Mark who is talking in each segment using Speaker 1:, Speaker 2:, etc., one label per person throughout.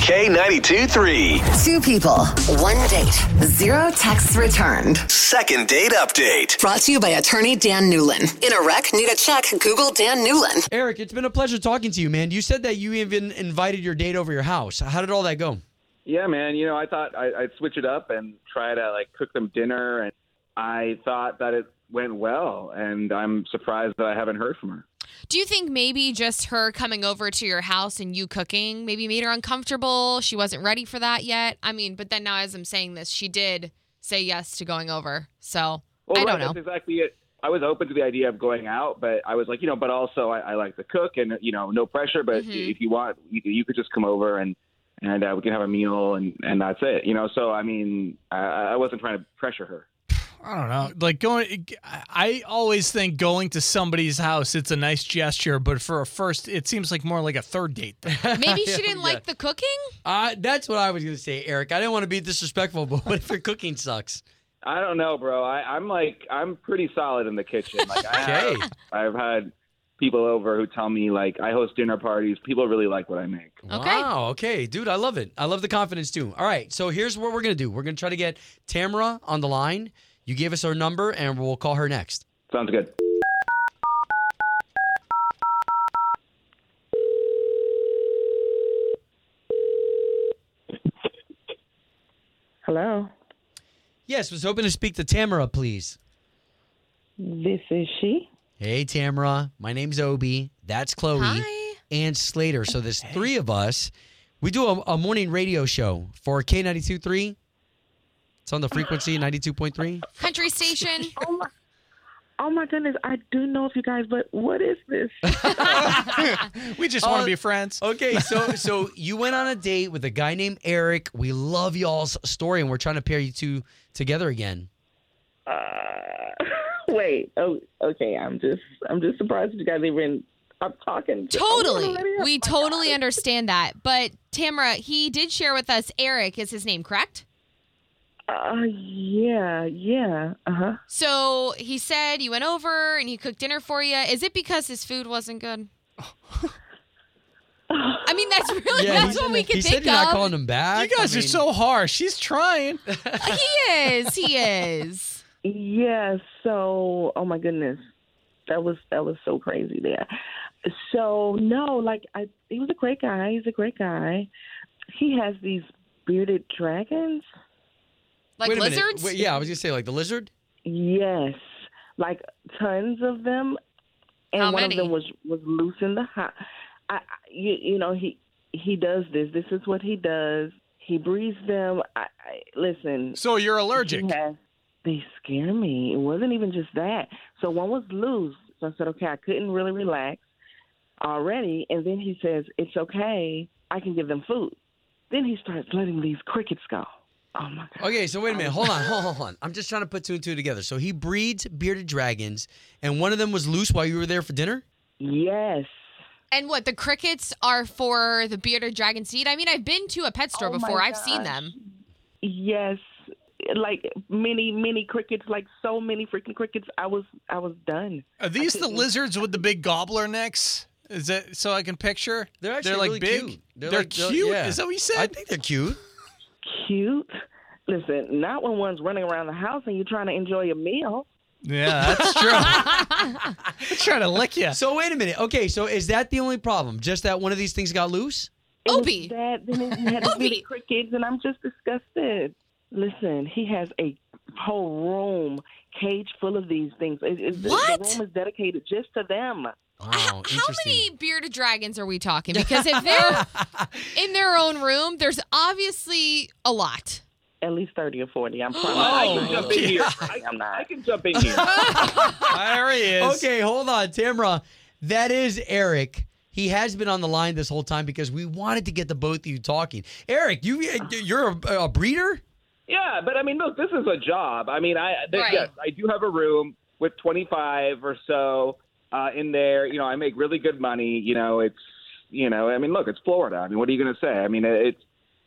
Speaker 1: K92 3.
Speaker 2: Two people, one date, zero texts returned.
Speaker 1: Second date update.
Speaker 2: Brought to you by attorney Dan Newlin. In a wreck, need a check, Google Dan Newlin.
Speaker 3: Eric, it's been a pleasure talking to you, man. You said that you even invited your date over your house. How did all that go?
Speaker 4: Yeah, man. You know, I thought I, I'd switch it up and try to like cook them dinner, and I thought that it went well. And I'm surprised that I haven't heard from her.
Speaker 5: Do you think maybe just her coming over to your house and you cooking maybe made her uncomfortable? She wasn't ready for that yet. I mean, but then now as I'm saying this, she did say yes to going over. So I
Speaker 4: right,
Speaker 5: don't know.
Speaker 4: That's exactly it. I was open to the idea of going out, but I was like, you know, but also I, I like to cook, and you know, no pressure. But
Speaker 5: Mhm.
Speaker 4: if you want, you, could- you could just come over and and uh, we can have a meal, and and that's it. You know, so I mean, I, I wasn't trying to pressure her.
Speaker 6: I don't know. Like going, I always think going to somebody's house, it's a nice gesture, but for a first, it seems like more like a third date. Thing.
Speaker 5: Maybe she didn't like the cooking.
Speaker 3: Uh, that's what I was going to say, Eric. I didn't want to be disrespectful, but what if your cooking sucks?
Speaker 4: I don't know, bro. I, I'm like I'm pretty solid in the kitchen. Like I
Speaker 3: Okay.
Speaker 4: have, I've had people over who tell me like I host dinner parties. People really like what I make.
Speaker 5: Okay.
Speaker 3: Wow. Okay, dude, I love it. I love the confidence too. All right, so here's what we're gonna do. We're gonna try to get Tamara on the line. You gave us her number, and we'll call her next.
Speaker 4: Sounds good.
Speaker 7: Hello,
Speaker 3: Yes, was hoping to speak to Tamara, please.
Speaker 7: this is she.
Speaker 3: Hey, Tamara. My name's Obi. That's Chloe
Speaker 5: Hi.
Speaker 3: and Slater. So there's three of us. We do a, a morning radio show for K92.3. It's on the frequency 92.3.
Speaker 5: Country station.
Speaker 7: Oh my, oh my goodness, I do know of you guys, but what is this?
Speaker 6: We just
Speaker 3: Uh,
Speaker 6: want to be friends.
Speaker 3: Okay, so so you went on a date with a guy named Eric. We love y'all's story, and we're trying to pair you two together again.
Speaker 7: Uh, wait, oh, okay, I'm just, I'm just surprised you guys even are talking. to-
Speaker 5: Totally.
Speaker 7: Oh,
Speaker 5: We
Speaker 7: my
Speaker 5: totally
Speaker 7: God.
Speaker 5: understand that. But Tamara, he did share with us Eric is his name, correct?
Speaker 7: Uh, yeah, yeah, uh huh.
Speaker 5: So he said you went over and he cooked dinner for you. Is it because his food wasn't good? I mean, that's really that's
Speaker 3: he,
Speaker 5: what we can
Speaker 3: he
Speaker 5: think
Speaker 3: said you're not
Speaker 5: of.
Speaker 3: calling him
Speaker 6: You
Speaker 3: back.
Speaker 6: guys
Speaker 3: I
Speaker 6: are
Speaker 3: mean-
Speaker 6: so harsh. She's trying.
Speaker 5: he is. He is.
Speaker 7: Yeah, so oh my goodness. That was that was so crazy there. So no, like I he was a great guy, he's a great guy. He has these bearded dragons.
Speaker 5: Like
Speaker 3: Wait a minute.
Speaker 5: lizards.
Speaker 3: Wait, yeah, I was gonna say like the lizard.
Speaker 7: Yes. Like tons of them. And
Speaker 5: How
Speaker 7: one
Speaker 5: many?
Speaker 7: of them was was loose in the hot I I- you, you know, he he does this. This is what he does. He breathes them. I, I listen.
Speaker 6: So you're allergic.
Speaker 7: Yeah. They scare me. It wasn't even just that. So one was loose. So I said, okay, I couldn't really relax already. And then he says, it's okay. I can give them food. Then he starts letting these crickets go. Oh my God.
Speaker 3: Okay, so wait a minute. Hold on, hold on, hold on. I'm just trying to put two and two together. So he breeds bearded dragons, and one of them was loose while you were there for dinner.
Speaker 7: Yes.
Speaker 5: And what the crickets are for the bearded dragon seed. I mean, I've been to a pet store
Speaker 7: Oh my
Speaker 5: before. I've seen
Speaker 7: gosh.
Speaker 5: them.
Speaker 7: Yes. Like many, many crickets, like so many freaking crickets. I was, I was done.
Speaker 6: Are these the lizards with the big gobbler necks? Is that so I can picture?
Speaker 3: They're actually
Speaker 6: like
Speaker 3: really
Speaker 6: big.
Speaker 3: cute. They're
Speaker 6: They're
Speaker 3: like- they're-
Speaker 6: cute.
Speaker 3: yeah.
Speaker 6: Is that what you said?
Speaker 3: I think they're cute.
Speaker 7: Cute. Listen, not when one's running around the house and you're trying to enjoy a meal.
Speaker 6: yeah, that's true. I'm trying to lick you.
Speaker 3: So wait a minute. Okay, so is that the only problem? Just that one of these things got loose?
Speaker 7: It was
Speaker 5: Obi.
Speaker 7: That then he had to
Speaker 5: Obi.
Speaker 7: be the crickets, and I'm just disgusted. Listen, he has a whole room cage full of these things. It, it, the-
Speaker 5: What?
Speaker 7: The room is dedicated just to them.
Speaker 3: Wow,
Speaker 5: Uh, How, how many
Speaker 3: Oh, interesting.
Speaker 5: bearded dragons are we talking? Because if they're in their own room, there's obviously a lot.
Speaker 7: At least thirty or forty. I'm
Speaker 6: Oh,
Speaker 4: I
Speaker 7: probably.
Speaker 4: can jump in here. I,
Speaker 7: I'm
Speaker 4: I
Speaker 7: not.
Speaker 4: can jump in here.
Speaker 6: there he is.
Speaker 3: Okay, hold on, Tamra. That is Eric. He has been on the line this whole time because we wanted to get the both of you talking. Eric, you you're a, a breeder.
Speaker 4: Yeah, but I mean, look, this is a job. I mean, I th-
Speaker 5: Right.
Speaker 4: yes, I do have a room with 25 or so uh, in there. You know, I make really good money. You know, it's you know, I mean, look, it's Florida. I mean, what are you going to say? I mean, it's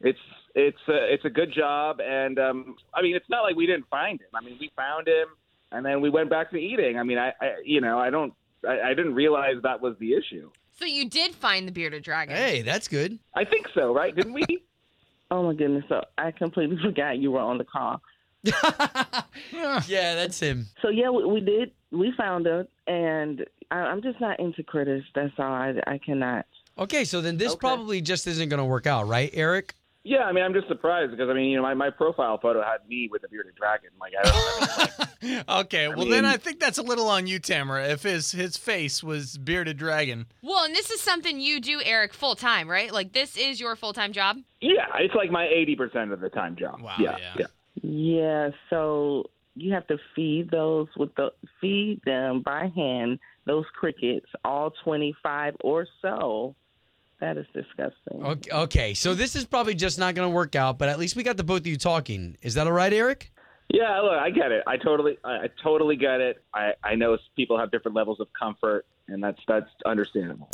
Speaker 4: it's it's a, it's a good job, and um, I mean, it's not like we didn't find him. I mean, we found him, and then we went back to eating. I mean, I, I you know, I don't, I, I didn't realize that was the issue.
Speaker 5: So you did find the bearded dragon.
Speaker 3: Hey, that's good.
Speaker 4: I think so, right? Didn't we?
Speaker 7: Oh my goodness! So I completely forgot you were on the call.
Speaker 3: Yeah, that's him.
Speaker 7: So yeah, we, we did. We found her, and I, I'm just not into critters. That's all. I, I cannot.
Speaker 3: Okay, so then this probably just isn't going to work out, right, Eric?
Speaker 4: Yeah, I mean, I'm just surprised because I mean, you know, my, my profile photo had me with a bearded dragon. Like, I don't, I mean,
Speaker 6: Okay, well
Speaker 4: mean-
Speaker 6: then I think that's a little on you, Tamara. If his his face was bearded dragon,
Speaker 5: Well, and this is something you do, Eric, full time, right? Like this is your full time job.
Speaker 4: yeah, it's like my 80% of the time job.
Speaker 6: Wow,
Speaker 4: Yeah,
Speaker 6: yeah.
Speaker 4: yeah.
Speaker 7: Yeah. So you have to feed those with the feed them by hand. Those crickets, all 25 or so. That is disgusting.
Speaker 3: Okay, okay, so this is probably just not going to work out, but at least we got the both of you talking. Is that all right, Eric?
Speaker 4: Yeah, look, I get it. I totally, I, I totally get it. I, I know people have different levels of comfort, and that's that's understandable.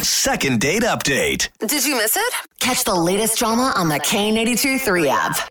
Speaker 1: Second date update.
Speaker 2: Did you miss it? Catch the latest drama on the K82 3 app.